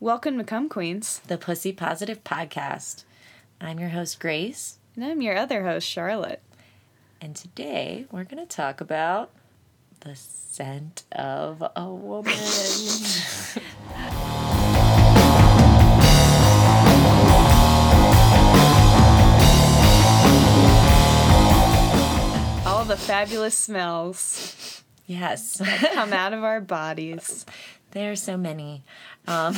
Welcome to Come Queens. the Pussy Positive Podcast. I'm your host, Grace, And I'm your other host, Charlotte. and today we're going to talk about the scent of a woman. All the fabulous smells yes, come out of our bodies. there are so many. Um,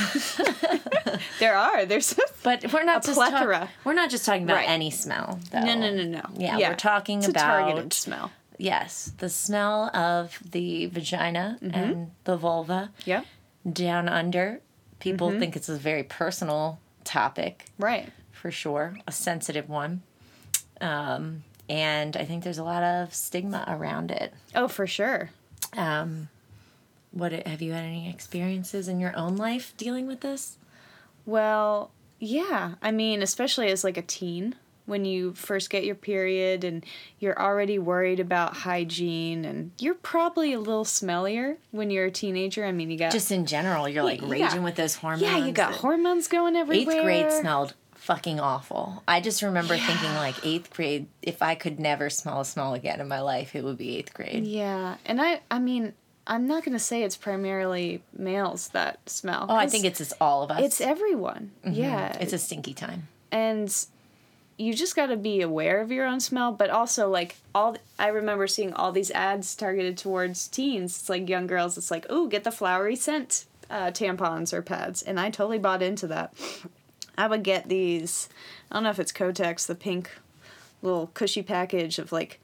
There are. There's but we're not A just talk- plethora. we're not just talking about Right. any smell. Though. no, no, no, no. Yeah, we're talking it's about a targeted smell. Yes, the smell of the vagina Mm-hmm. and the vulva Yep. down under. People Mm-hmm. think it's a very personal topic. Right. for sure, a sensitive one. Um, and I think there's a lot of stigma around it. Oh, for sure. Um, what have you had any experiences in your own life dealing with this? Well, yeah. I mean, especially as like a teen when you first get your period and you're already worried about hygiene and you're probably a little smellier when you're a teenager. I mean, you got Just in general, you're like Yeah. raging with those hormones. Yeah, you got that- hormones going Eighth everywhere. grade smelled fucking awful. I just remember thinking like eighth grade. If I could never smell a smell again in my life, it would be eighth grade. Yeah, and I I mean I'm not gonna say it's primarily males that smell. Oh, I think it's Mm-hmm. just all of us. it's everyone. Yeah, it's a stinky time. and you just got to be aware of your own smell, but also like all I remember seeing all these ads targeted towards teens. It's like young girls. It's like oh, get the flowery scent uh, tampons or pads, and I totally bought into that. I would get these. I don't know if it's Kotex, the pink little cushy package of like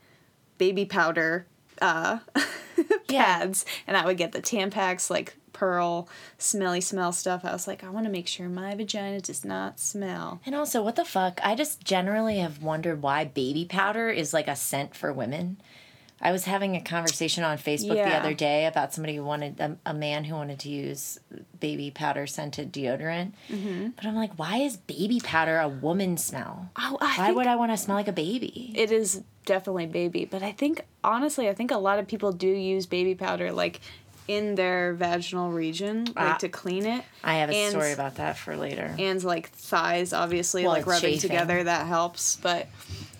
baby powder uh, pads, and I would get the Tampax like pearl smelly smell stuff. I was like, I want to make sure my vagina does not smell. And also, what the fuck? I just generally have wondered why baby powder is like a scent for women. I was having a conversation on Facebook the Yeah. other day about somebody who wanted a, a man who wanted to use baby powder scented deodorant. Mm-hmm. But I'm like, why is baby powder a woman smell? Oh, I why think would I want to smell like a baby? it is definitely baby, but I think honestly, I think a lot of people do use baby powder like in their vaginal region, like Ah. to clean it. I have a and- story about that for later. and like thighs obviously Well, like it's rubbing chafing. together that helps but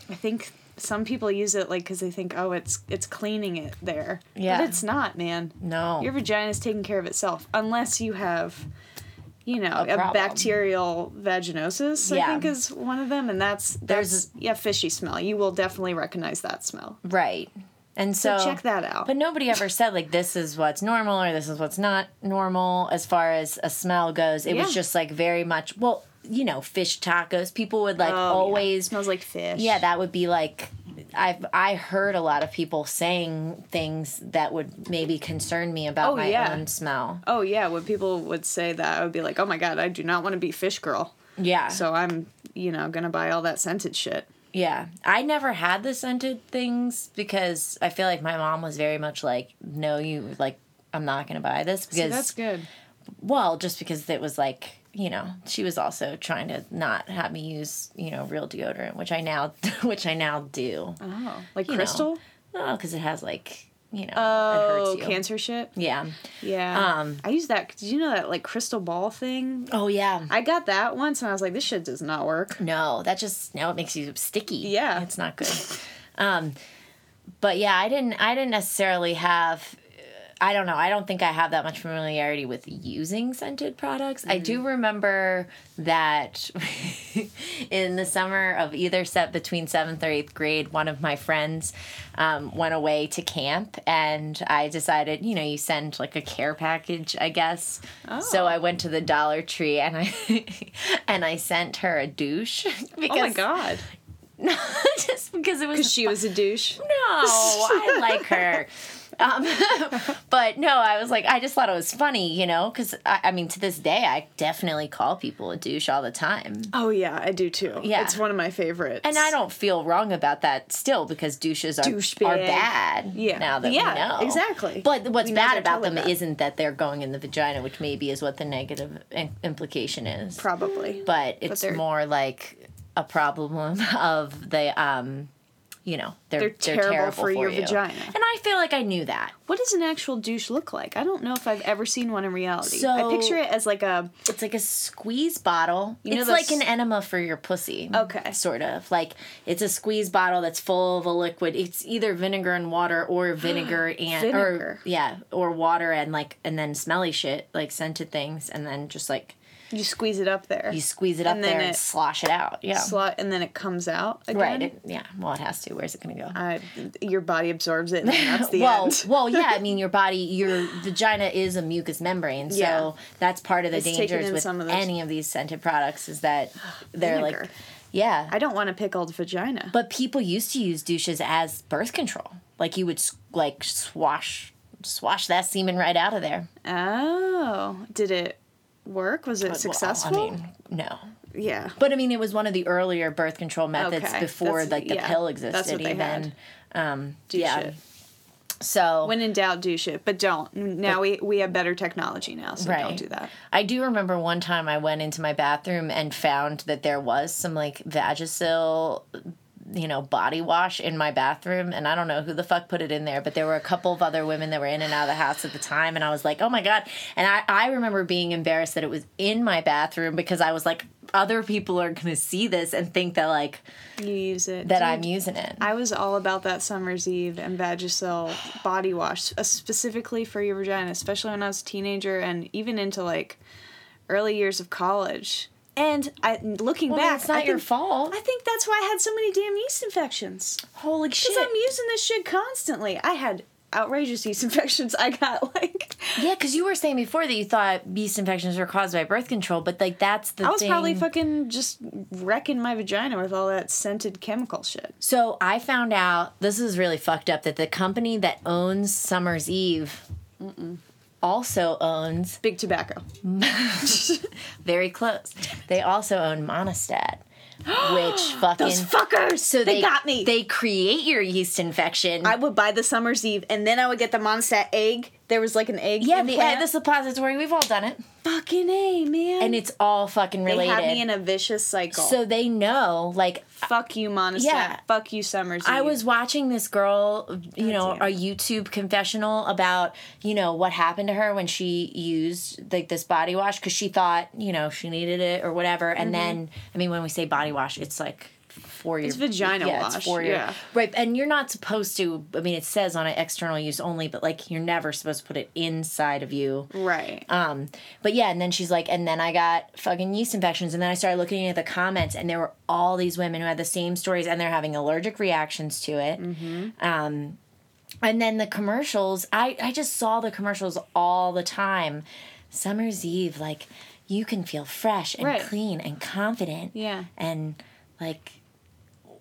i think some people use it like because they think oh it's it's cleaning it there Yeah. but it's not man No. your vagina's taking care of itself unless you have you know a, problem. bacterial vaginosis i Yeah. think is one of them and that's There's- there's yeah fishy smell you will definitely recognize that smell Right. And so, So check that out. But nobody ever said like this is what's normal or this is what's not normal as far as a smell goes. It was Yeah. just like very much well, you know, fish tacos. People would like Oh, yeah. always smells like fish yeah, that would be like I've I heard a lot of people saying things that would maybe concern me about Oh, my yeah. own smell. oh yeah when people would say that i would be like oh my god i do not want to be fish girl Yeah. So I'm, you know, gonna buy all that scented shit. Yeah, I never had the scented things because I feel like my mom was very much like, "No, you like, I'm not gonna buy this." Because See, that's good. Well, just because it was like, you know, she was also trying to not have me use, you know, real deodorant, which I now, which I now do. Oh, like know, crystal? Oh, because it has like, you know, it Oh, hurts you. cancer shit. Yeah. Yeah. Um, I use that. Did you know that like crystal ball thing? Oh yeah. I got that once, and I was like, this shit does not work. no, that just now it makes you sticky. Yeah. it's not good. um, but yeah, I didn't. I didn't necessarily have. I don't know. I don't think I have that much familiarity with using scented products. I Mm. do remember that in the summer of either set between seventh or eighth grade, one of my friends um, went away to camp, and I decided, you know, you send like a care package, I guess. So Oh. I went to the Dollar Tree and I and I sent her a douche because Oh my god. no, just because it was Because she was a douche. no, I like her. Um, but no, I was like, I just thought it was funny, you know, because I, I mean, to this day, I definitely call people a douche all the time. Oh yeah, I do too. Yeah. It's one of my favorites. And I don't feel wrong about that still because douches are, Douchebag. are bad Yeah. now that Yeah, we know. exactly. But what's We know bad they're about them totally bad. isn't that they're going in the vagina, which maybe is what the negative im- implication is. Probably. but it's they're- more like a problem of the um you know They're, They're terrible for your you. vagina. And I feel like I knew that. What does an actual douche look like? I don't know if I've ever seen one in reality. I So- picture it as like a It's like a squeeze bottle. You know it's those- like an enema for your pussy. Okay. Sort of. Like it's a squeeze bottle that's full of a liquid. It's either vinegar and water or vinegar and Vinegar. or yeah, or water and like and then smelly shit, like scented things and then just like you squeeze it up there, you squeeze it up And then there and it- slosh it out. Yeah. slot, and then it comes out again. right. It- yeah. Well, it has to. Where's it going to go? I, your body absorbs it, and then that's the well, end. well, yeah. I mean, your body, your vagina is a mucus membrane, so Yeah. that's part of the It's taking dangers in with some of those- any of these scented products is that they're like, Vinegar. yeah. I don't want a pickled vagina. but people used to use douches as birth control. Like you would s- like swash, swash that semen right out of there. oh, did it work? Was it But, well, successful? I mean, no. yeah. But I mean, it was one of the earlier birth control methods Okay. before That's- like the yeah. pill That's existed. what they even. had. Um, Douche yeah. it. So When in doubt, douche it. But don't. Now we we have better technology now, so don't Right. do that. I do remember one time I went into my bathroom and found that there was some like Vagisil, you know, body wash in my bathroom. And I don't know who the fuck put it in there, but there were a couple of other women that were in and out of the house at the time. And I was like, oh my God. And I, I remember being embarrassed that it was in my bathroom because I was like, other people are going to see this and think that like, You use it. that Dude, I'm using it. I was all about that summer's eve and Vagisil body wash, uh, specifically for your vagina, especially when I was a teenager and even into like early years of college. And I, looking Well, I mean, back, it's I not your think- fault. I think that's why I had so many damn yeast infections. Holy shit. Because I'm using this shit constantly. I had outrageous yeast infections. I got like yeah, because you were saying before that you thought yeast infections were caused by birth control, but like that's the I was thing. probably fucking just wrecking my vagina with all that scented chemical shit. So I found out this is really fucked up that the company that owns Summer's Eve also owns Big tobacco. very close. They also own Monistat, which fucking Those fuckers. so they, got me. They create your yeast infection. I would buy the summer's eve, and then I would get the Mondstadt egg. There was like an egg. yeah, the, implant. at the suppository, we've all done it, fucking a man. and it's all fucking they related. had me in a vicious cycle. so they know, like fuck you, Mondstadt. Yeah. Fuck you, Oh, summer's I eve. was watching this girl, you know, damn. a YouTube confessional about, you know, what happened to her when she used like this body wash because she thought, you know, she needed it or whatever. And Mm-hmm. then, I mean, when we say body wash, it's like for your It's vagina yeah, wash, It's for your, yeah. Right. And you're not supposed to, I mean, it says on it external use only, but like you're never supposed to put it inside of you. right. Um, but yeah, and then she's like, and then I got fucking yeast infections, and then I started looking at the comments, and there were all these women who had the same stories, and they're having allergic reactions to it. Mm-hmm. Um, and then the commercials, I I just saw the commercials all the time. Summer's Eve, like you can feel fresh and Right. clean and confident. Yeah. and like,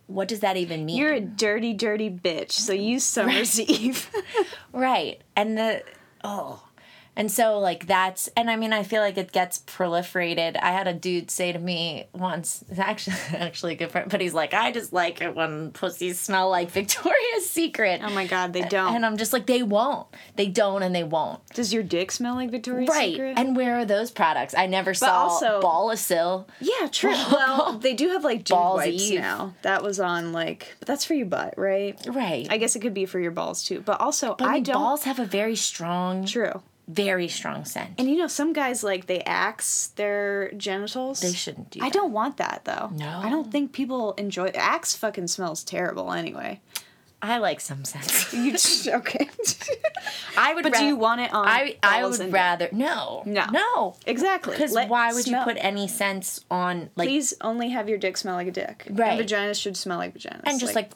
what does that even mean? You're a dirty, dirty bitch. So use summer's eve. Right. And the oh. And so like that's and I mean I feel like it gets proliferated. I had a dude say to me once, actually actually a good friend, but he's like, I just like it when pussies smell like Victoria's Secret. oh my god, they don't. And I'm just like, they won't. They don't and they won't. Does your dick smell like Victoria's Right. Secret? And where are those products? I never saw also- Balasil. yeah, true. well, they do have like dude Balls wipes Eve. now. That was on like, but that's for your butt, right? Right. I guess it could be for your balls too. But also, I I mean, don't. balls have a very strong True. very strong scent. And you know, some guys like they axe their genitals. They shouldn't do I that. don't want that though. No. I don't think people enjoy axe fucking smells terrible anyway. I like some scents. You just okay. I would But do you want it on I I balls would and- rather no. No. No. exactly. Because Let- why would smell- you put any sense on like Please only have your dick smell like a dick. And Right. vaginas should smell like vaginas. and just like,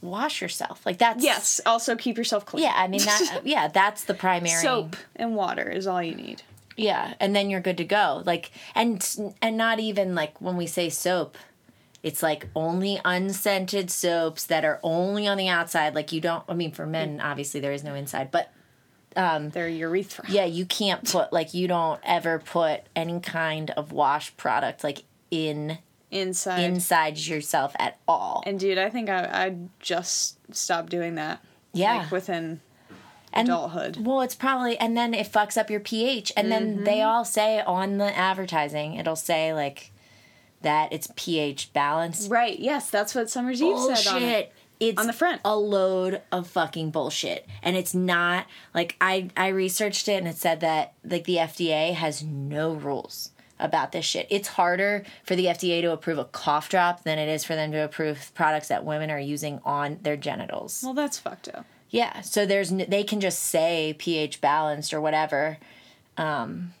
wash yourself? Like that's Yes. Also keep yourself clean. Yeah, I mean that yeah, that's the primary Soap and water is all you need. Yeah, and then you're good to go. Like and and not even like when we say soap, it's like only unscented soaps that are only on the outside. Like you don't I mean for men obviously there is no inside, but They're urethra. yeah, you can't put like you don't ever put any kind of wash product like in Inside. inside yourself at all. and dude, I think I, I just stopped doing that. Yeah. Like within and adulthood. Mm-hmm. Well, it's probably and then it fucks up your pH and then they all say on the advertising it'll say like that it's pH balanced. Right. Yes, that's what Summer's Eve said on it. Bullshit. It. it's On the front. a load of fucking bullshit and it's not like i i researched it and it said that like the fda has no rules about this shit it's harder for the fda to approve a cough drop than it is for them to approve products that women are using on their genitals Well, that's fucked up. yeah so there's n- they can just say ph balanced or whatever um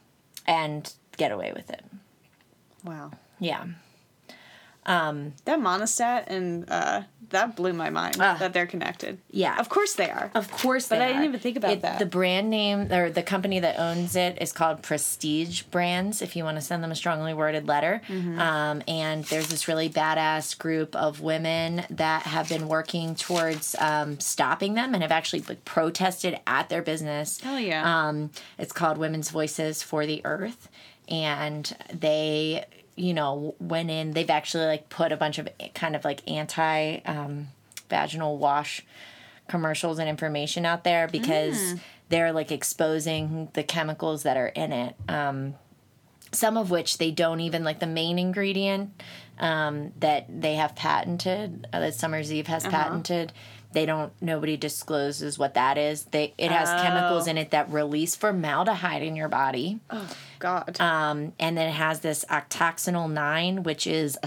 and get away with it Wow. yeah um That monostat and uh, that blew my mind Ah. that they're connected. yeah Of course they are. Of course, But they I didn't are. even think about that. The brand name or the company that owns it is called Prestige Brands. If you want to send them a strongly worded letter, um, and there's this really badass group of women that have been working towards um, stopping them and have actually like, protested at their business. Hell yeah. Um, it's called Women's Voices for the Earth, and they, you know, went in. They've actually like put a bunch of kind of like anti um, vaginal wash commercials and information out there because they're like exposing the chemicals that are in it. Um, some of which they don't even like the main ingredient um, that they have patented uh, that Summer's Eve Uh-huh. has patented. They don't. Nobody discloses what that is. They it has chemicals in it that release formaldehyde in your body, oh God. um, and then it has this octoxinol nine, which is a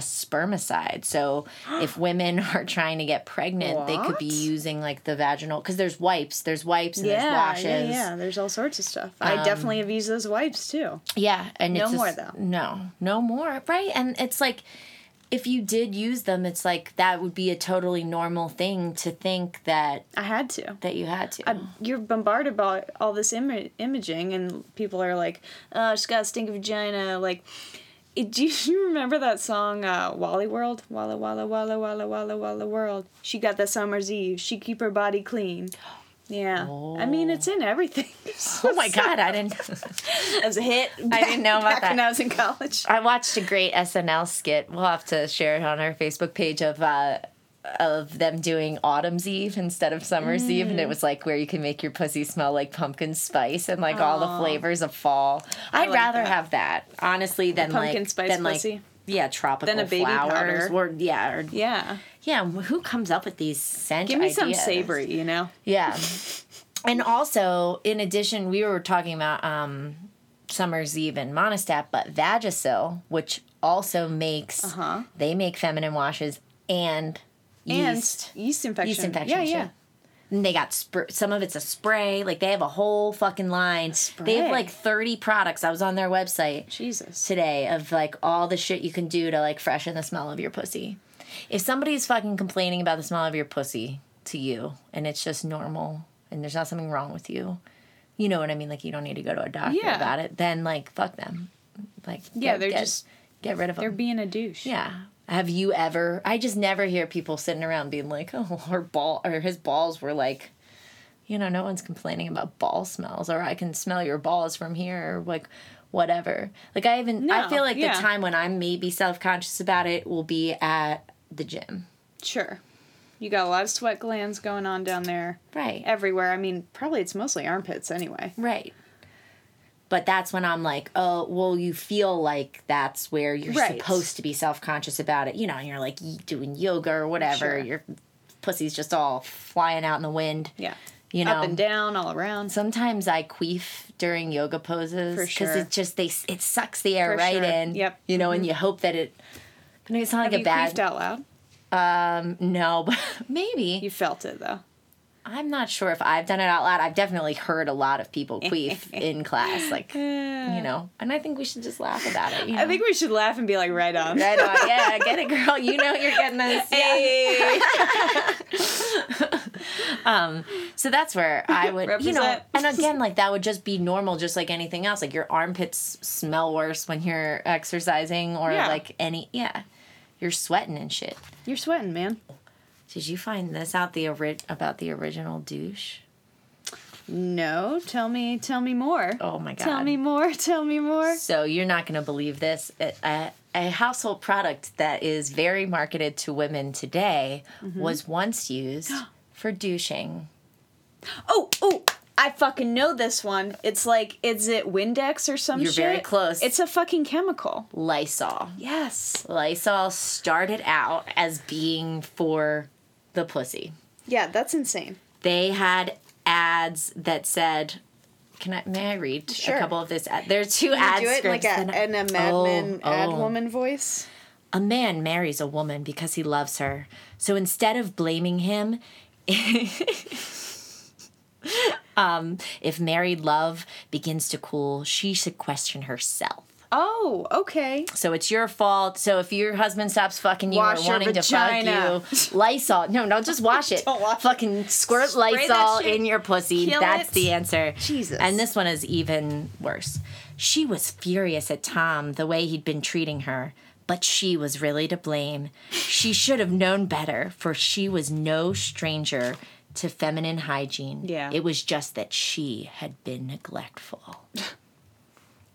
spermicide. So if women are trying to get pregnant, they could be What? using like the vaginal because there's wipes, there's wipes, and there's yeah, washes. yeah, yeah. There's all sorts of stuff. Um, I definitely have used those wipes too. Yeah, and No it's more, just- though. No, no more. Right, and it's like, if you did use them, it's like that would be a totally normal thing to think that I had to. that you had to. I, you're bombarded by all this Im- imaging, and people are like, "Oh, she's got a stinky vagina." Like, it, do you remember that song uh, "Wally World"? Walla walla walla walla walla walla world. She got that summer's eve. She keep her body clean. Yeah, I mean it's in everything. oh my god, I didn't. As a hit, I didn't know about back when that. I was in college. I watched a great SNL skit. We'll have to share it on our Facebook page of. uh of them doing autumn's eve instead of summer's eve Mm. and it was like where you can make your pussy smell like pumpkin spice and like all the flavors of fall i'd like rather that. have that honestly than pumpkin like spice than like pussy. yeah tropical baby flowers powder. or yeah or Yeah, Yeah, who comes up with these scent give me some ideas? savory. You know, Yeah. and also, in addition, we were talking about um, Summer's Eve and Monistat, but Vagisil, which also makes, Uh-huh. they make feminine washes and and yeast. yeast infection. Yeast infection. Yeah, yeah. shit. And they got spr- some of it's a spray. Like they have a whole fucking line. They have Spray. like thirty products. I was on their website Jesus. today of like all the shit you can do to like freshen the smell of your pussy. If somebody's fucking complaining about the smell of your pussy to you and it's just normal and there's not something wrong with you, you know what I mean? Like you don't need to go to a doctor Yeah. about it. Then like fuck them. Like Yeah, get- they're get- just- get rid of They're them. being a douche. yeah. Have you ever? I just never hear people sitting around being like, oh, her ball or his balls were like. You know, no one's complaining about ball smells, or I can smell your balls from here, or like whatever. Like, I even, I No, feel like yeah. the time when I'm maybe self conscious about it will be at the gym. Sure. You got a lot of sweat glands going on down there Right. everywhere. I mean, probably it's mostly armpits anyway. Right. But that's when I'm like, oh, well, you feel like that's where you're Right. supposed to be self conscious about it. You know, and you're like y- doing yoga or whatever. Sure. Your pussy's just all flying out in the wind. Yeah. You know, Up and down, all around. sometimes I queef during yoga poses For because sure. it just they it sucks the air For right sure. in. Yep. Mm-hmm. You know, and you hope that it. I mean, it's not like Have you a bad queefed out loud? um no, but maybe You felt it though. I'm not sure if I've done it out loud. I've definitely heard a lot of people queef in class, like you know, and I think we should just laugh about it. You know? I think we should laugh and be like, right on. right on, yeah, get it, girl. You know you're getting this. Yeah. Hey. So that's where I would, you know, Represent. and again, like that would just be normal, just like anything else. Like your armpits smell worse when you're exercising, or Yeah. like any, yeah, you're sweating and shit. You're sweating, man. Did you find this out the ori- about the original douche? No, tell me, tell me more. Oh my god! Tell me more. Tell me more. So you're not going to believe this. A, a, a household product that is very marketed to women today Mm-hmm. was once used for douching. Oh, oh, I fucking know this one. It's like, is it Windex or some You're shit? very close. It's a fucking chemical. Lysol. Yes. Lysol started out as being for the pussy. Yeah, that's insane. They had ads that said, "Can I? May I read Sure. a couple of this? Ad? There are two Can ad you do it like scripts. a, that- in a Mad Oh, Men ad oh. woman voice? A man marries a woman because he loves her. So instead of blaming him, um, if married love begins to cool, she should question herself. Oh, okay. So it's your fault. So if your husband stops fucking you Wash or your wanting to fuck vagina. you, Lysol. No, no, just wash it. Don't wash it. fucking squirt Spray that Lysol shit. in your pussy. Kill That's it. the answer. Jesus. And this one is even worse. She was furious at Tom the way he'd been treating her, but she was really to blame. She should have known better, for she was no stranger to feminine hygiene. Yeah. It was just that she had been neglectful.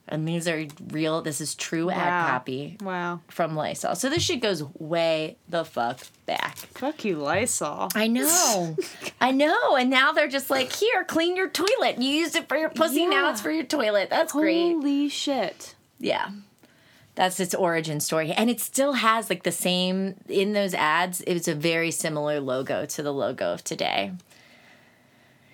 and these are real, this is true ad Wow. copy Wow. from Lysol. So this shit goes way the fuck back. Fuck you, Lysol. I know. I know. And now they're just like, here, clean your toilet. You used it for your pussy, now Yeah. Oh. it's for your toilet. That's great. Holy shit. Yeah. That's its origin story. And it still has like the same in those ads, it was a very similar logo to the logo of today.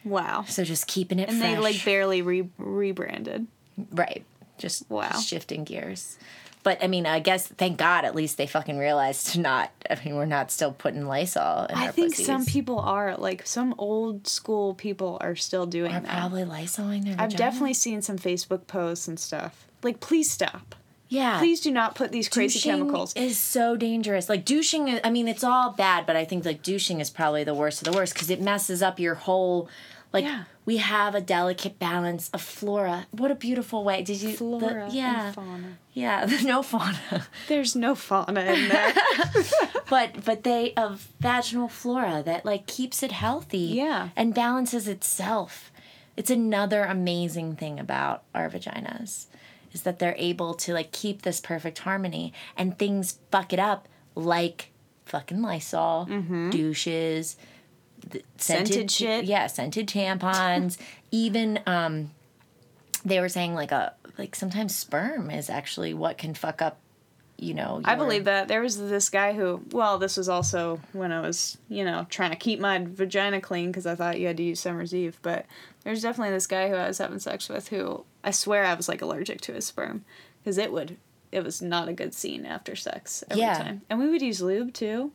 Wow. So just keeping it And fresh. they like barely re- rebranded. Right. Just Wow. just shifting gears. But I mean, I guess thank God at least they fucking realized to not. I mean, we're not still putting Lysol in I our think pussies. some people are like some old school people are still doing are that. probably Lysoling their. I've vagina. definitely seen some Facebook posts and stuff. Like, please stop. yeah. Please do not put these crazy Douching chemicals. is so dangerous. Like douching, is- I mean, it's all bad, but I think like douching is probably the worst of the worst because it messes up your whole. Like Yeah. we have a delicate balance of flora. What a beautiful way! Did you? the- Flora and yeah, fauna. yeah. No fauna, There's no fauna in that. but but they of vaginal flora that like keeps it healthy. Yeah. and balances itself. It's another amazing thing about our vaginas is that they're able to like keep this perfect harmony and things fuck it up like fucking Lysol, douches, th- scented, Mm-hmm. Scented shit. Yeah, scented tampons, even um they were saying like a like sometimes sperm is actually what can fuck up you know I your- believe that. There was this guy who, well, this was also when I was, you know, trying to keep my vagina clean because I thought you had to use Summer's Eve. But there's definitely this guy who I was having sex with who I swear I was like allergic to his sperm because it would, it was not a good scene after sex every Yeah. time. And we would use lube too.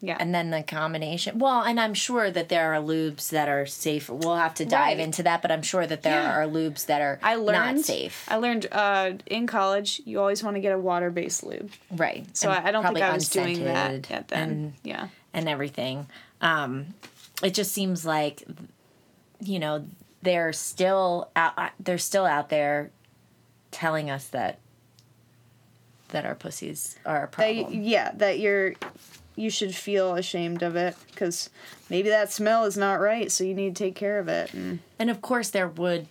Yeah. and then the combination. Well, and I'm sure that there are lubes that are safe. We'll have to dive Right. into that, but I'm sure that there Yeah. are lubes that are I learned. not safe. I learned uh, in college you always want to get a water based lube. right. So And I, I don't think probably I was doing that unscented at then. And, yeah. and everything. Um, it just seems like, you know, they're still out. uh, They're still out there, telling us that that our pussies are a problem. that y- yeah that you're you should feel ashamed of it because maybe that smell is not right so you need to take care of it and and of course, there would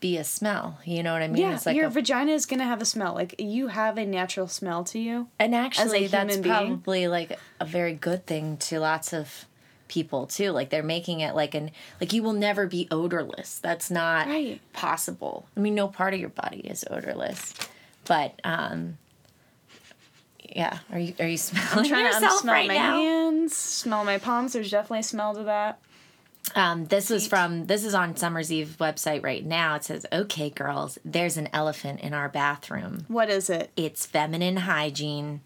be a smell. You know what I mean? yeah It's like your a vagina is gonna have a smell like you have a natural smell to you And actually, human that's being. probably like a very good thing to lots of people too. Like they're making it like an like you will never be odorless. That's not Right. possible. I mean, no part of your body is odorless, but um, yeah. Are you are you smelling yourself unsmell right my now? hands smell my palms there's definitely a smell to that Um, this was from this is on Summer's Eve website right now. It says, "Okay, girls, there's an elephant in our bathroom. what is it It's feminine hygiene,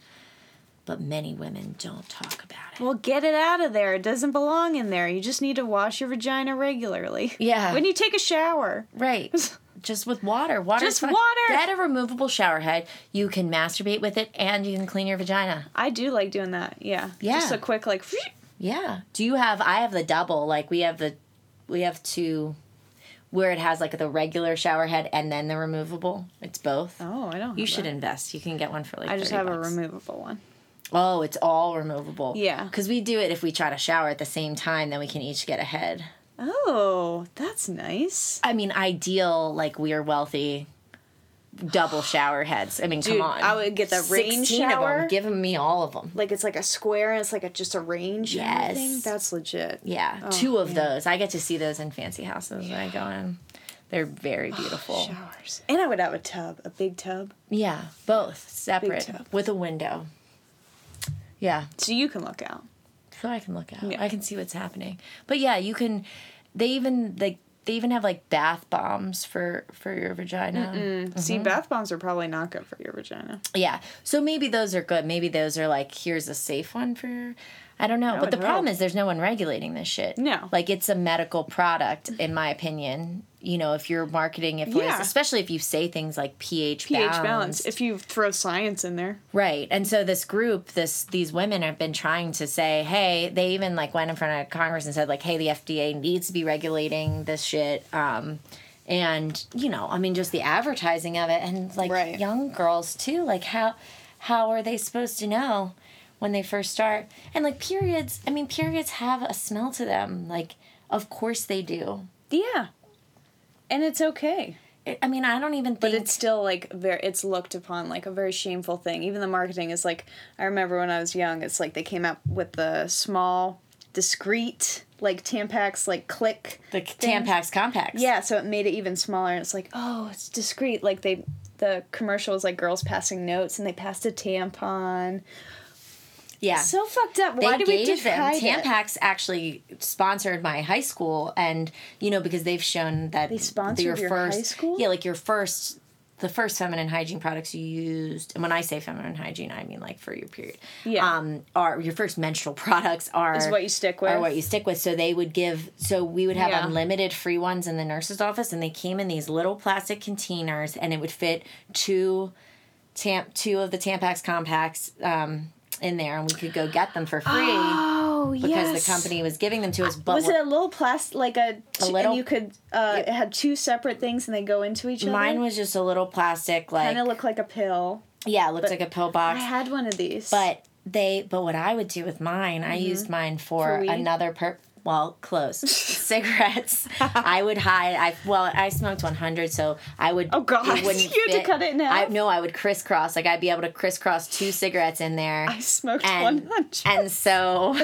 but many women don't talk about it." well get it out of there it doesn't belong in there you just need to wash your vagina regularly Yeah. when you take a shower Right. Just with water. Water. Just water. Get a removable shower head. You can masturbate with it and you can clean your vagina. i do like doing that yeah Yeah. just a quick like Yeah. Do you have I have the double, like we have the we have two where it has like the regular shower head and then the removable. It's both. oh i don't have you should that. invest. You can get one for like i just 30 have bucks. a removable one Oh, it's all removable. Yeah. Cuz we do it if we try to shower at the same time, then we can each get a head. Oh, that's nice. I mean, ideal like we are wealthy double shower heads. I mean, Dude, come on. I would get the rain 16 of 'em. shower. Give 'em me all of them. Like it's like a square and it's like a, just a range. Yes, Yes. thing. that's legit. Yeah, two of those. I get to see those in fancy houses when I go in. They're Oh, very beautiful. Showers, and I would have a tub, a big tub, yeah, both separate tub. with a window. Yeah, so you can look out. so I can look out. Yeah. I can see what's happening. But yeah, you can. They even like they even have like bath bombs for for your vagina. See, bath bombs are probably not good for your vagina. Yeah. So maybe those are good. Maybe those are like here's a safe one for your I don't know. but would the problem hope. is there's no one regulating this shit. No. Like it's a medical product in my opinion. You know, if you're marketing it for Yeah. especially if you say things like pH, pH balanced. balance. If you throw science in there, Right. And so this group, this these women have been trying to say, hey, they even like went in front of Congress and said like, hey, the FDA needs to be regulating this shit. Um and you know, I mean just the advertising of it and like Right. young girls too, like how how are they supposed to know when they first start? And like periods, I mean periods have a smell to them. Like of course they do. yeah, and it's okay. It, I mean, I don't even think But it's still like very it's looked upon like a very shameful thing. Even the marketing is like I remember when I was young, it's like they came out with the small, discreet, like Tampax, like click. the Tampax compacts. Yeah, so it made it even smaller and it's like, oh, it's discreet. Like they the commercial was like girls passing notes and they passed a tampon. Yeah. So fucked up. they Why do we gave them decide it? Tampax actually sponsored my high school and you know because they've shown that They sponsored your high first school? yeah like your first the first feminine hygiene products you used and when I say feminine hygiene I mean like for your period Yeah. um are your first menstrual products are Is what you stick with. are what you stick with so they would give so we would have Yeah. unlimited free ones in the nurse's office and they came in these little plastic containers and it would fit two tamp two of the Tampax compacts um in there and we could go get them for free Oh, because yes. the company was giving them to us. But was it a little plastic, like a, little- and you could, uh, it had two separate things and they go into each other? mine was just a little plastic, like kind of look like a pill. yeah, it looked like a pill box. I had one of these. but they, but what I would do with mine, I used mine Mm-hmm. For for, weed? another per. Well, close cigarettes. I would hide. I well, I smoked one hundred, so I would. Oh, God. You had to cut it in I, half? no, I would crisscross. Like I'd be able to crisscross two cigarettes in there. I smoked and, 100 and so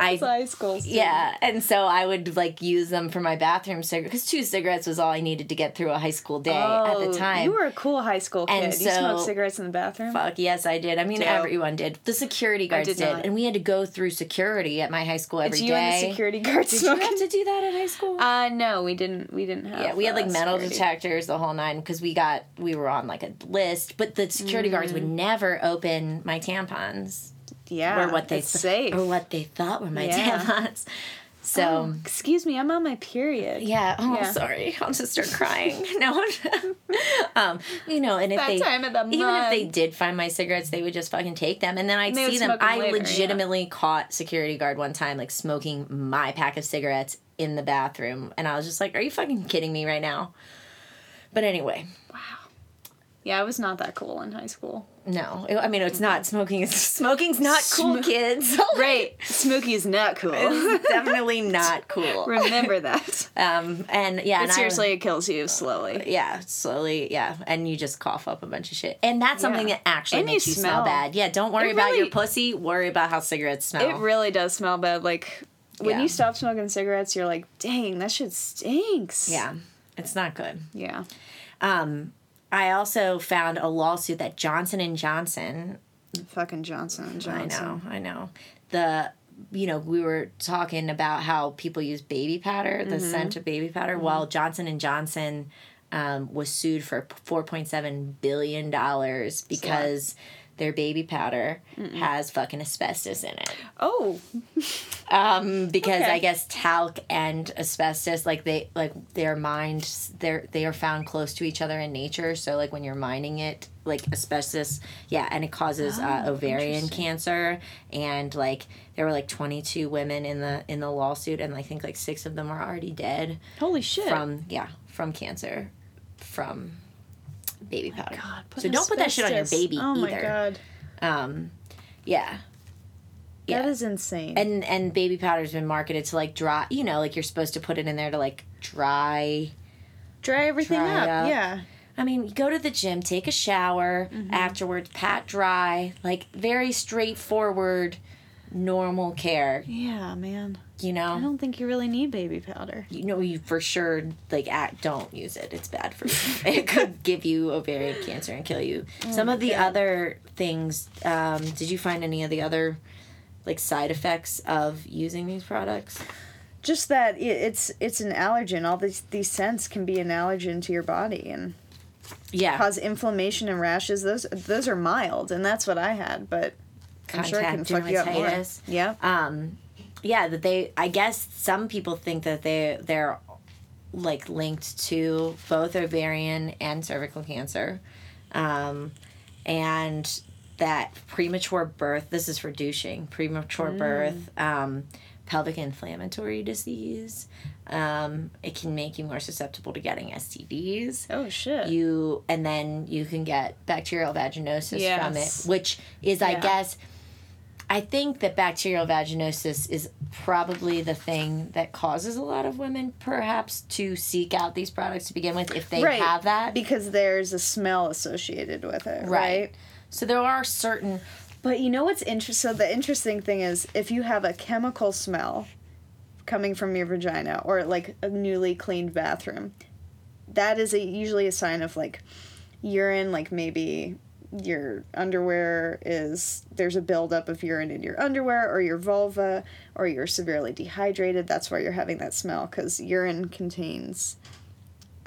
I as a high school student. Yeah, and so I would like use them for my bathroom cigarette because two cigarettes was all I needed to get through a high school day at Oh, the time. You were a cool high school kid. And you smoked so- cigarettes in the bathroom? Fuck yes, I did. I mean, Dope. everyone did. The security guards did did, not. and we had to go through security at my high school every Did day. you and the security guard Did you smoking? have to do that at high school? Uh, no, we didn't. We didn't have. yeah, we had uh, like metal security. detectors the whole nine because we got we were on like a list, but the security guards would never open my tampons Mm. Yeah, or what they it's th- safe. or what they thought were my Yeah. tampons. So. Oh, excuse me, I'm on my period. Yeah. Oh, Yeah. sorry. I'll just start crying. no. um, you know, and if That they time of the even if they month. did find my cigarettes, they would just fucking take them, and then I'd they would see them. smoke them I later, yeah. legitimately caught security guard one time like smoking my pack of cigarettes in the bathroom, and I was just like, "Are you fucking kidding me right now?" But anyway, Yeah, I was not that cool in high school. no. It- I mean, it's not smoking. Is, smoking's not cool, Smo- kids. Right, Smokey is not cool. It's definitely not cool. Remember that. Um, and yeah, and But I- seriously, it kills you slowly. Yeah, slowly. Yeah, and you just cough up a bunch of shit, and that's something Yeah. that actually And you makes you smell. smell. bad. Yeah, don't worry It about your really- pussy. Worry about how cigarettes smell. It really does smell bad. Like when Yeah. you stop smoking cigarettes, you're like, dang, that shit stinks. yeah, it's not good. Yeah. Um, I also found a lawsuit that Johnson and Johnson. Fucking Johnson and I Johnson. know, I know. The you know we were talking about how people use baby powder, the scent of baby powder. Well, Johnson and Johnson. Um, was sued for four point seven billion dollars because their baby powder has fucking asbestos in it. Oh, um, because Okay. I guess talc and asbestos, like they like their minds, they're they are found close to each other in nature. So like when you're mining it, like asbestos, yeah, and it causes uh, Oh, ovarian cancer. And like there were like 22 women in the in the lawsuit, and I think like six of them are already dead holy shit. from yeah from cancer from baby powder. God, put So don't put that shit on your asbestos. baby Oh my either. god. Um, yeah. That Yeah. is insane. and and baby powder's been marketed to like dry you know like you're supposed to put it in there to like dry dry everything Dry up. up. Yeah. i mean you go to the gym take a shower Mm-hmm. afterwards pat dry like very straightforward normal care Yeah, man. you I know don't think you really need baby powder. you know you for sure like act, don't use it it's bad for you it could give you ovarian cancer Oh and kill you some of the other things um, did you find any of the other like side effects of using these products? Just that i- it's it's an allergen. All these these scents can be an allergen to your body and Yeah. cause inflammation and rashes. Those those are mild, and that's what I had. But I'm sure it can Contact fuck you up more. dermatitis. Yeah. um yeah that they i guess some people think that they they're like linked to both ovarian and cervical cancer um and that premature birth this is for douching premature birth um pelvic inflammatory disease um it can make you more susceptible to getting stds Oh shit. you and then you can get bacterial vaginosis from Yes. it which is i Yeah. guess i think that bacterial vaginosis is probably the thing that causes a lot of women perhaps to seek out these products to begin with if they Right. have that because there's a smell associated with it, right? so there are certain But you know what's interesting? So the interesting thing is, if you have a chemical smell coming from your vagina or like a newly cleaned bathroom, that is a, usually a sign of like urine, like maybe your underwear is there's a buildup of urine in your underwear or your vulva or you're severely dehydrated that's why you're having that smell because urine contains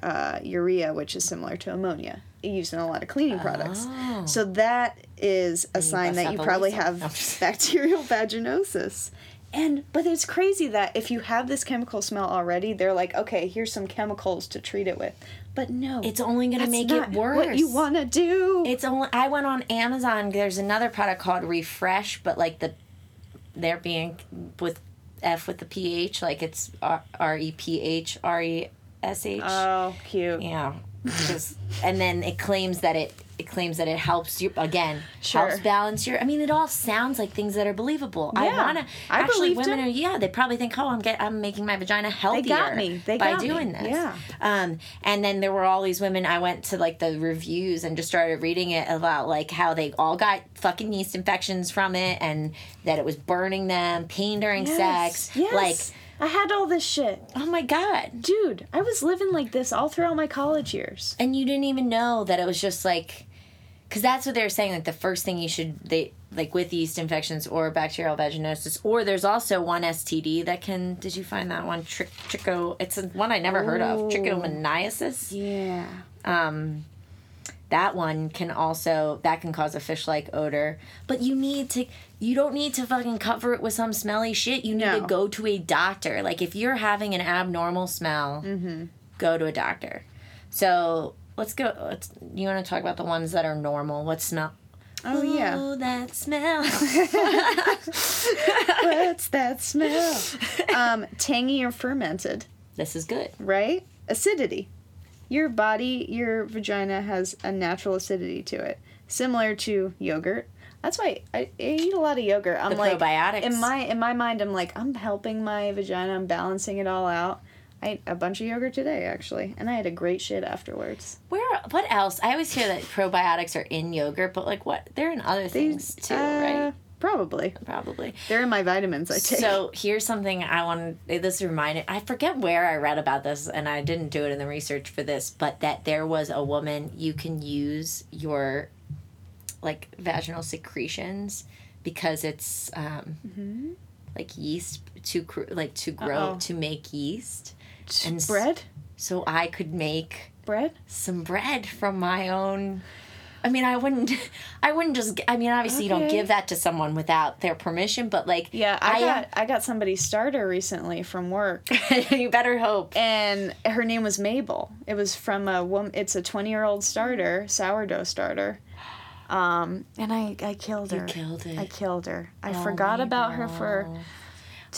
uh, urea which is similar to ammonia used in a lot of cleaning products Oh. so that is a sign bust that out you the probably weasel. have No, I'm just- bacterial vaginosis. And but it's crazy that if you have this chemical smell already, they're like, okay, here's some chemicals to treat it with. But no, it's only going to that's make it not worse What you want to do? It's only I went on Amazon. There's another product called Refresh, but like the they're being with F with the ph, like it's R R E P H R E S H. oh, cute. Yeah, Just- and then it claims that it it claims that it helps you again Sure. helps balance your. I mean, it all sounds like things that are believable. I Yeah, wanna I actually believed women it. are yeah they probably think oh I'm get I'm making my vagina healthier me. They by got me. doing this Yeah. um, and then there were all these women. I went to like the reviews and just started reading it about like how they all got fucking yeast infections from it, and that it was burning them, pain during sex. Yes. I had all this shit, Like, oh my god! dude. I was living like this all throughout my college years. And you didn't even know that it was just like, because that's what they were saying. Like the first thing you should they like with yeast infections or bacterial vaginosis, or there's also one STD that can. Did you find that one? Tri- tricho. It's a- one I never heard of. Ooh. Trichomoniasis. Yeah. um, that one can also that can cause a fish-like odor but you need to you don't need to fucking cover it with some smelly shit you need No. to go to a doctor like if you're having an abnormal smell Mm-hmm. go to a doctor so let's go let's, you want to talk about the ones that are normal what smell Oh yeah. Ooh, that smell What's that smell? um, tangy or fermented. this is good right? Acidity. Your body, your vagina has a natural acidity to it, similar to yogurt. That's why I, I eat a lot of yogurt. I'm The like probiotics. in my in my mind. I'm like I'm helping my vagina. I'm balancing it all out. I ate a bunch of yogurt today actually, and I had a great shit afterwards. where what else i always hear that probiotics are in yogurt but like what they're in other things too Uh, right Probably probably they're in my vitamins I take. So here's something I wanted. This reminded. I forget where I read about this, and I didn't do it in the research for this, but that there was a woman you can use your, like vaginal secretions, because it's um, like yeast to cr- like to grow Mm-hmm. Uh-oh. to make yeast. and and s- bread, So I could make bread. some bread from my own I mean I wouldn't I wouldn't just I mean obviously you don't Okay. give that to someone without their permission but like Yeah, I, am- got I got somebody starter recently from work. you better hope. and her name was Mabel. It was from a woman. It's a twenty-year-old starter, sourdough starter. Um, and I, I killed her. killed it. Oh, I killed her. I forgot about her for.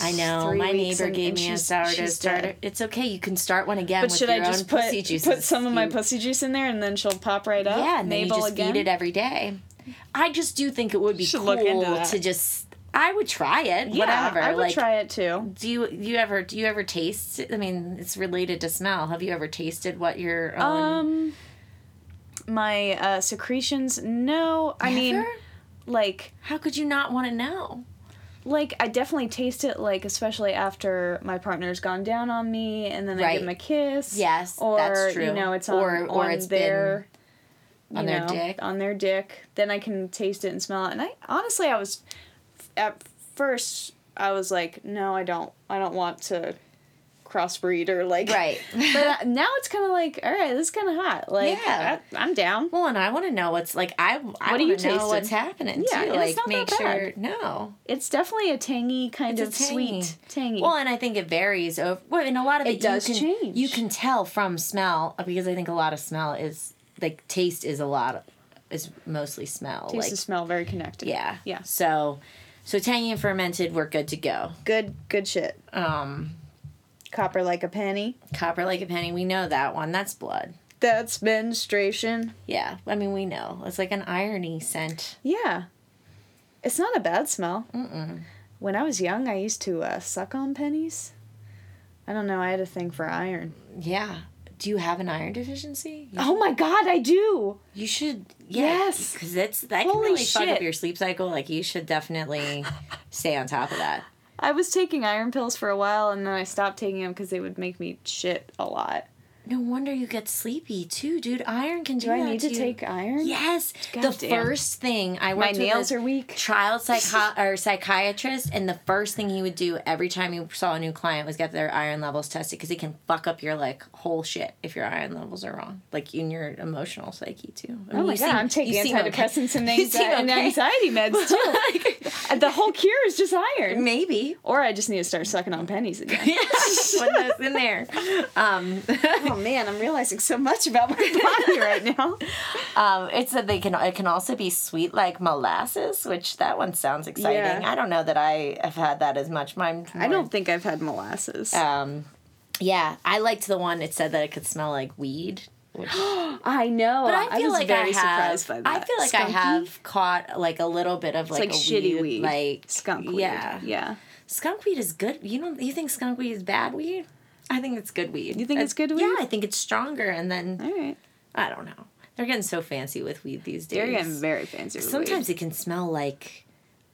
I know. three My weeks neighbor and- gave and me a she's- sourdough she's starter. dead. It's okay. You can start one again. But with should your I own just put pussy juices. put some of my You- pussy juice in there and then she'll pop right up? Yeah, and then Mabel you just again. feed it every day. I just do think it would be Should cool look into that. to just. I would try it. yeah, whatever. I would like, try it too. do you you ever do you ever taste? I mean, it's related to smell. Have you ever tasted what your own? Um, my uh, secretions. No, I mean, Never? like, how could you not want to know? like I definitely taste it. Like, especially after my partner's gone down on me, and then I Right. give him a kiss. Yes, or that's true. you know it's on, or or on it's their been on you their know, Um, dick. on their dick then i can taste it and smell it and i honestly i was at first I was like, no, I don't. I don't want to crossbreed or like. Right. but uh, now it's kind of like, all right, this is kind of hot. Like, Yeah. I, am down. Well, and I want to know what's like. I I What want are to you know tasting? what's happening Yeah, too. and it's Like not make that sure no. It's definitely a tangy kind It's a of sweet tangy. Well, and I think it varies over. Well, and a lot of It it, does you can, change. You can tell from smell uh, because I think a lot of smell is like taste is a lot of, is mostly smell. Taste like and smell very connected. yeah, Yeah. So, so tangy and fermented, we're good to go. Good. Good shit. Um, Copper like a penny. copper like a penny, we know that one. That's blood. That's menstruation. Yeah, I mean we know it's like an irony scent. Yeah. It's not a bad smell. Mm-mm. When I was young, I used to uh, suck on pennies. I don't know. I had a thing for iron. Yeah. Do you have an iron deficiency? You Oh my god, I do. You should, Yes. yes, because that's that can Holy really fuck shit. up your sleep cycle. Like you should definitely stay on top of that. I was taking iron pills for a while and then I stopped taking them because they would make me shit a lot. No wonder you get sleepy too, dude. Iron can do. Do I that need to you. take iron? Yes, God the damn. first thing I My worked nails with are a weak. child psycho- or psychiatrist, and the first thing he would do every time he saw a new client was get their iron levels tested because it can fuck up your like whole shit if your iron levels are wrong, like in your emotional psyche too. I Oh mean, my you god, seem- I'm taking you seem okay. antidepressants and, You seem anxiety, and okay. anxiety meds too. And the whole cure is just iron. Maybe. Or I just need to start sucking on pennies again. Put those in there. Um, oh man, I'm realizing so much about my body right now. um, it said they can. It can also be sweet like molasses, which that one sounds exciting. Yeah. I don't know that I have had that as much. Mine. I more, don't think I've had molasses. Um, yeah, I liked the one. It said that it could smell like weed. Which, I know. but I feel was like very I have. surprised by that. I feel like I Skunky? have caught like a little bit It's of like, like, a shitty weed, like skunk weed. Yeah, yeah. skunk weed is good. You don't. You think skunk weed is bad weed? I think it's good weed. You think it's good Yeah, weed? I think it's stronger, and then All right. I don't know. They're getting so fancy with weed these days. They're getting very fancy. with Sometimes it can smell like.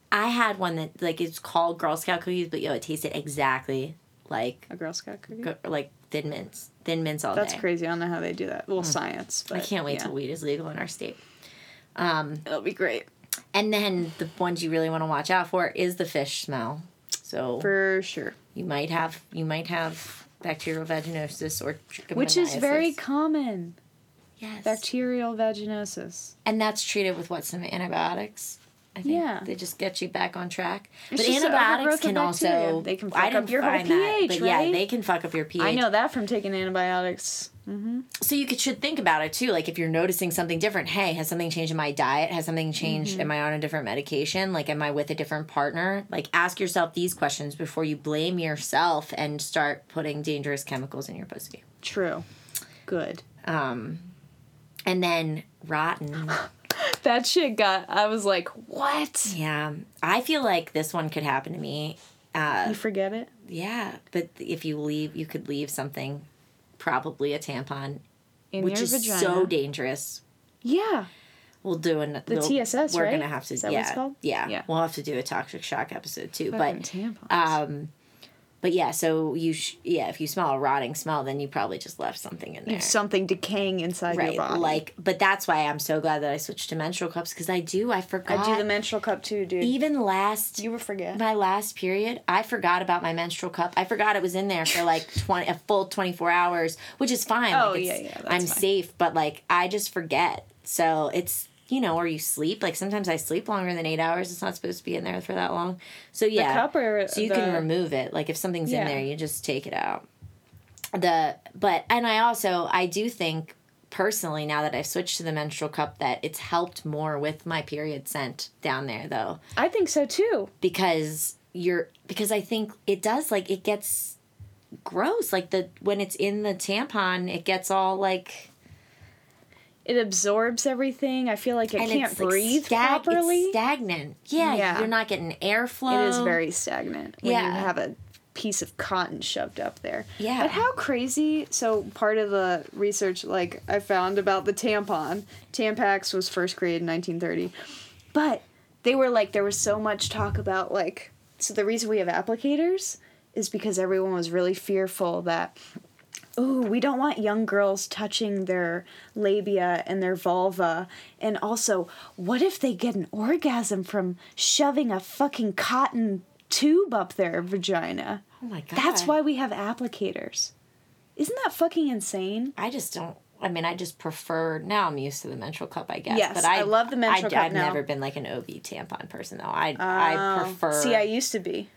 I had one that like it's called Girl Scout cookies, but yo, it tasted exactly like weed. a Girl Scout cookie. go- like thin mints, thin mints all That's day. Mm. crazy. I don't know how they do that. Well, science. But I can't wait yeah. till weed is legal in our state. It'll be great And then the ones you really want to watch out for is the fish smell. So for sure. you might have you might have bacterial vaginosis or Which is very trichomoniasis. common. yes. Bacterial vaginosis. and that's treated with what some antibiotics. I think Yeah. they just get you back on track. It's but just the overgrowth antibiotics of can also bacteria. They can I fuck up didn't your whole find that, pH, but yeah, right? they can fuck up your pH. I know that from taking antibiotics. So you could, should think about it too. Like if you're noticing something different, hey, has something changed in my diet? Has something changed? Mm-hmm. Am I on a different medication? Like am I with a different partner? Like ask yourself these questions before you blame yourself and start putting dangerous chemicals in your pussy. True. Good. And then rotten. That shit got. I was like, what? yeah, I feel like this one could happen to me. You forget it? Yeah, but if you leave, you could leave something, probably a tampon, In which your is vagina. so dangerous. yeah. We'll do an The we'll- TSS, We're right? gonna have to. Is that what yeah, it's called? yeah, Yeah. We'll have to do a toxic shock episode too. Fucking But tampons. um, but yeah. So you sh- yeah, if you smell a rotting smell, then you probably just left something in there. Something decaying inside Right, your body. like, but that's why I'm so glad that I switched to menstrual cups because I do. I forgot. I do the menstrual cup too, dude. even last you would forget. my last period, I forgot about my menstrual cup. I forgot it was in there for like twenty a full twenty four hours, which is fine. Oh, like yeah, it's- yeah, that's I'm fine. safe, but like I just forget. So it's you know, or you sleep. Like sometimes I sleep longer than eight hours. It's not supposed to be in there for that long. So yeah, cup or so you the- can remove it. Like if something's in Yeah. there, you just take it out. The but and I also I do think personally now that I've switched to the menstrual cup that it's helped more with my period scent down there though I think so too. because you're because I think it does like it gets gross like the when it's in the tampon it gets all like It absorbs everything. I feel like it can't it's, like, breathe stag- it's properly. stagnant yeah, Yeah. you're not getting airflow It is very stagnant when you Yeah. have a piece of cotton shoved up there. Yeah. But how crazy. So, part of the research, like, I found about the tampon, Tampax was first created in 1930. But they were like, there was so much talk about, like, so the reason we have applicators is because everyone was really fearful that. Ooh, we don't want young girls touching their labia and their vulva. And also, what if they get an orgasm from shoving a fucking cotton tube up their vagina. Oh my god. That's why we have applicators. Isn't that fucking insane? I just don't. I mean, I just prefer. Now I'm used to the menstrual cup, I guess. Yes, but I I, love the menstrual cup I've now. never been like an OV tampon person though. I I Oh. prefer. See, I used to be.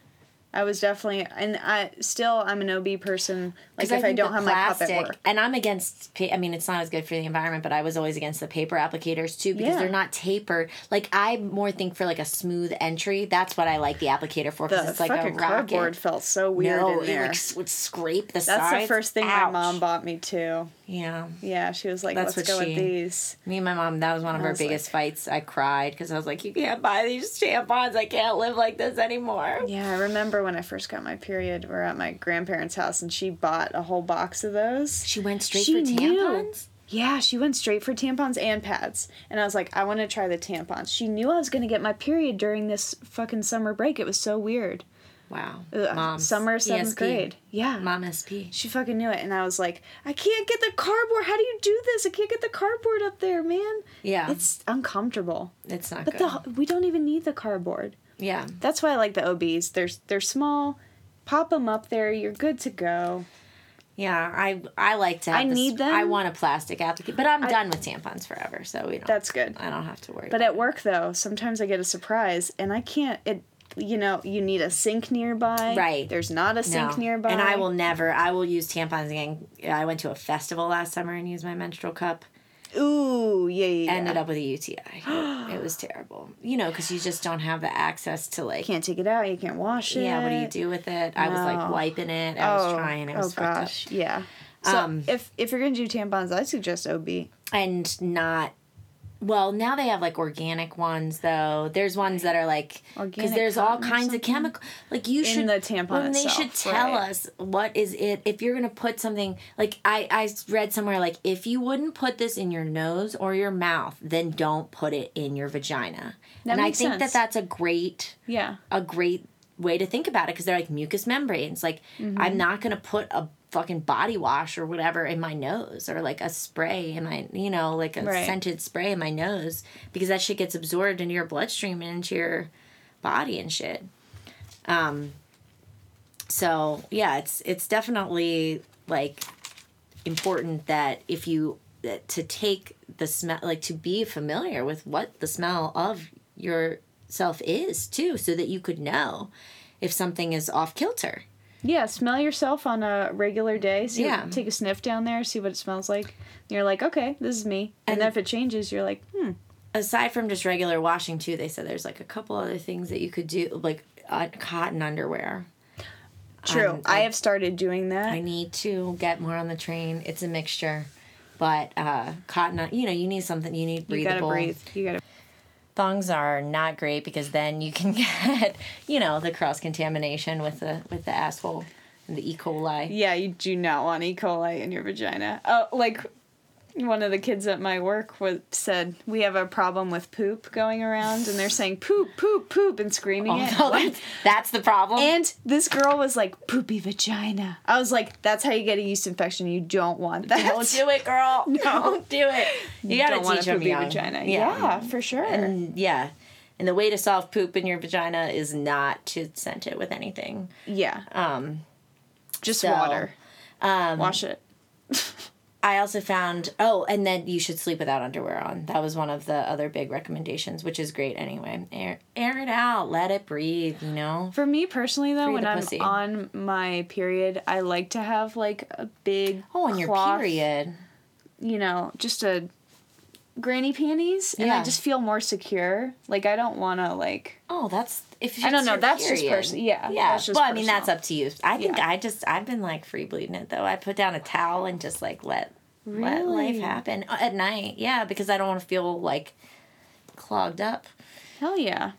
I was definitely, and I still I'm an OB person. Like 'cause if I, think don't the have my cup at work, and I'm against. pa- I mean, it's not as good for the environment, but I was always against the paper applicators too because Yeah. they're not tapered. Like I more think for like a smooth entry. That's what I like the applicator for because the it's like a fucking cardboard rocket. felt so weird No, in it there. like s- would scrape the That's sides. the first thing my Ouch. mom bought me too. Yeah. Yeah, she was like, That's "Let's what go she- with these." Me and my mom, that was one of I our was like- biggest fights. I cried because I was like, you can't buy these tampons. I can't live like this anymore. Yeah, I remember when I first got my period, we're at my grandparents' house, and she bought a whole box of those. She went straight She for knew. tampons? Yeah, she went straight for tampons and pads. And I was like, I want to try the tampons. She knew I was going to get my period during this fucking summer break. It was so weird. Wow. Ugh, Mom's summer seventh ESP. grade. Yeah. Mom SP. She fucking knew it. And I was like, I can't get the cardboard. How do you do this? I can't get the cardboard up there, man. Yeah. It's, It's uncomfortable. not But good. the, we don't even need the cardboard. yeah. That's why I like the OBs. They're, they're small. Pop them up there. You're good to go. Yeah. I I like to have I this- need them. I want a plastic applicator. But I'm done with tampons forever, so we don't That's good. I don't have to worry But about at work though, sometimes I get a surprise and I can't it you know, you need a sink nearby. Right. There's not a it. sink No. nearby. And I will never I will use tampons again. I went to a festival last summer and used my menstrual cup. Ooh, yeah, yeah. yeah. ended up with a UTI. It, it was terrible. You know, because you just don't have the access to like. can't take it out, you can't wash it. yeah, what do you do with it? I was like No. wiping it. I was trying. It was oh fucked gosh, yeah. So Um, if if you're gonna do tampons, I suggest OB. up. And not. Well, now they have like organic ones though. There's ones that are like because Organic there's all cotton or kinds of something? chemical. Like you should the tampon Well, and they itself, should tell right. us what is it if you're gonna put something like I I read somewhere like if you wouldn't put this in your nose or your mouth, then don't put it in your vagina. That and makes I think sense. that that's a great Yeah. a great way to think about it because they're like mucous membranes. Like I'm not gonna put a fucking body wash or whatever in my nose or like a spray in my you know like a Right. scented spray in my nose because that shit gets absorbed into your bloodstream and into your body and shit. Um. So yeah, it's it's definitely like important that if you that to take the smell like to be familiar with what the smell of yourself is too so that you could know if something is off kilter Yeah, smell yourself on a regular day. See Yeah. take a sniff down there, see what it smells like. And you're like, okay, this is me. And, then if it changes, you're like, hmm. aside from just regular washing too they said there's like a couple other things that you could do like uh, cotton underwear True. Um, I have started doing that. i need to get more on the train it's a mixture but uh cotton you know you need something you need you breathable gotta breathe. You gotta thongs are not great because then you can get you know the cross contamination with the with the asshole and the E. coli. Yeah, you do not want E. coli in your vagina. Oh, like one of the kids at my work was said, "We have a problem with poop going around," and they're saying "poop, poop, poop" and screaming it. Although Oh, that's, that's the problem. And this girl was like, "Poopy vagina." I was like, "That's how you get a yeast infection. You don't want that. don't do it, girl. Don't do it. You gotta don't want teach a them poopy young. vagina. Yeah. Yeah. for sure. And yeah. And the way to solve poop in your vagina is not to scent it with anything. yeah, Um, just so, water. um, Wash it. I also found oh, and then you should sleep without underwear on. That was one of the other big recommendations, which is great anyway. Air air it out, let it breathe. You know, For me personally, though, Free when the I'm pussy. on my period, I like to have like a big oh, on your cloth period. you know, just a granny panties, and I Yeah. just feel more secure. Like I don't want to like. Oh, that's if I don't it's know, your that's just period. pers- yeah, yeah. that's just well, I mean, that's personal. up to you. I think Yeah. I just I've been like free bleeding it though. I put down a towel and just like let let Really? life happen Uh, at night. Yeah, because I don't want to feel like clogged up. Hell yeah!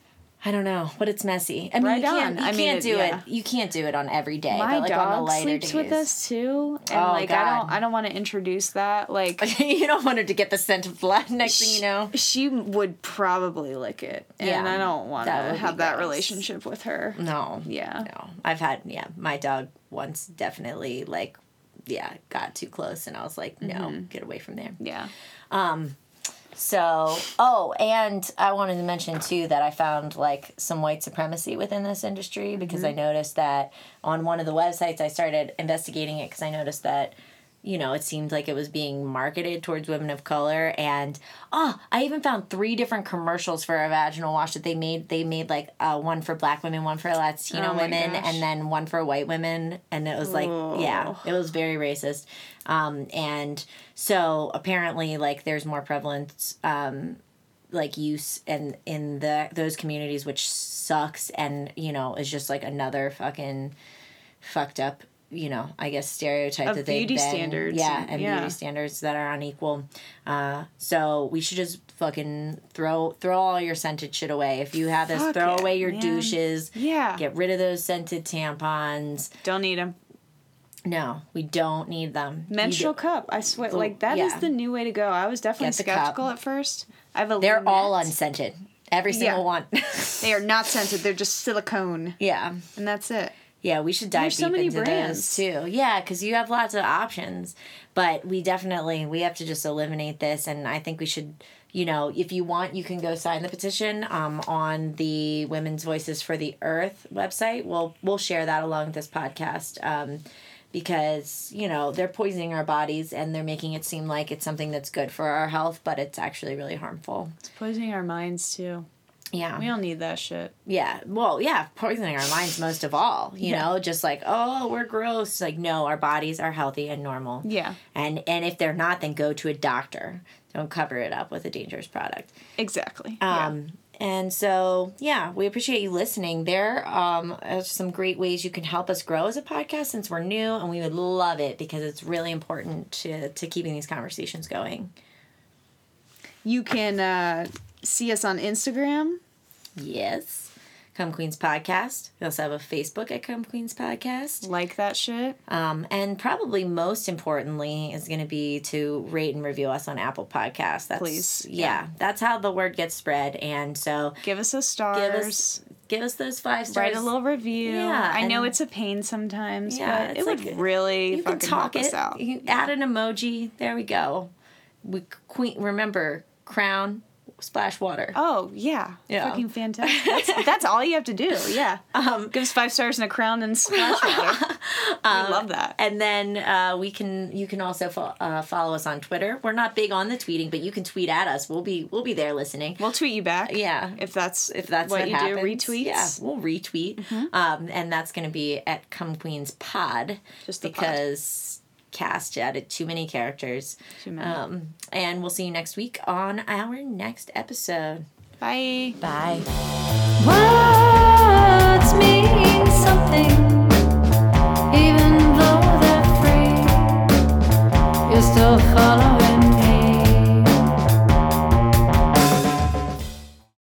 I don't know, but it's messy. I mean, Right you on. can't, you I mean, can't it- do yeah. it. You can't do it on every day. My but like on the dog lighter sleeps with days. us too, and Oh, like I don't, God. I don't want to introduce that. Like you don't want her to get the scent of blood. Next thing you know, she would probably lick it, and Yeah, I don't want that would to be have that gross. relationship with her. no, Yeah. no. I've had yeah, my dog once definitely like, Mm-hmm. yeah, got too close, and I was like, no, get away from there. Yeah, Um, So, oh, and I wanted to mention too that I found like some white supremacy within this industry because I noticed that on one of the websites I started investigating it because I noticed that you know, it seemed like it was being marketed towards women of color and oh, I even found three different commercials for a vaginal wash that they made. They made like uh, one for black women, one for Latino Oh my women, gosh. and then one for white women and it was like yeah, it was very racist. Um and so apparently like there's more prevalence um, like use and in the those communities which sucks and you know is just like another fucking fucked up you know i guess stereotype Of that they beauty standards yeah and- and yeah. beauty standards that are unequal uh so we should just fucking throw throw all your scented shit away if you have this Fuck throw it, away your man. douches Yeah. get rid of those scented tampons Don't need them. no we don't need them You Menstrual do- cup. I swear, like that is yeah. the new way to go. I was definitely Get the cup. skeptical at first. I have a. they're all lunette. unscented every single one They are not scented. They're just silicone, yeah and that's it. Yeah, we should dive There's deep so many into brands. those too. Yeah, because you have lots of options, but we definitely we have to just eliminate this, and I think we should. You know, if you want, you can go sign the petition um, on the Women's Voices for the Earth website. We'll we'll share that along with this podcast. Um, because you know they're poisoning our bodies and they're making it seem like it's something that's good for our health but it's actually really harmful It's poisoning our minds too. yeah We all need that shit. yeah. Well, yeah, poisoning our minds most of all, you Yeah. know, just like, oh, we're gross. Like, no, our bodies are healthy and normal. Yeah. And and if they're not, then go to a doctor. Don't cover it up with a dangerous product. Exactly. Um and so yeah, we appreciate you listening. There um are some great ways you can help us grow as a podcast since we're new and we would love it because it's really important to to keeping these conversations going. You can uh, see us on Instagram. Yes. Come Queens Podcast. We also have a Facebook at Come Queens Podcast. Like that shit. Um, and probably most importantly is going to be to rate and review us on Apple Podcasts. That's, Please, yeah, that's how the word gets spread. And so Give us a give stars. us give us those five stars. Write a little review. Yeah, I know and- it's a pain sometimes, but Yeah, it's it would like- really You fucking can talk help it. us out. You add an emoji. There we go. We queen. Remember crown splash water. Oh yeah, Yeah. fucking fantastic. That's, that's all you have to do. Yeah, Um, give us five stars and a crown and splash water. I love that. And then uh, we can you can also fo- uh, follow us on Twitter. We're not big on the tweeting, but you can tweet at us. We'll be we'll be there listening. We'll tweet you back. Yeah. if that's if that's what, what, you happens, do, retweets. Mm-hmm. Yeah, we'll retweet, um, and that's going to be at Come Queens Pod, Just the pod. because Cast added too many characters. Too many. Um, and we'll see you next week on our next episode. Bye. Bye. Words mean something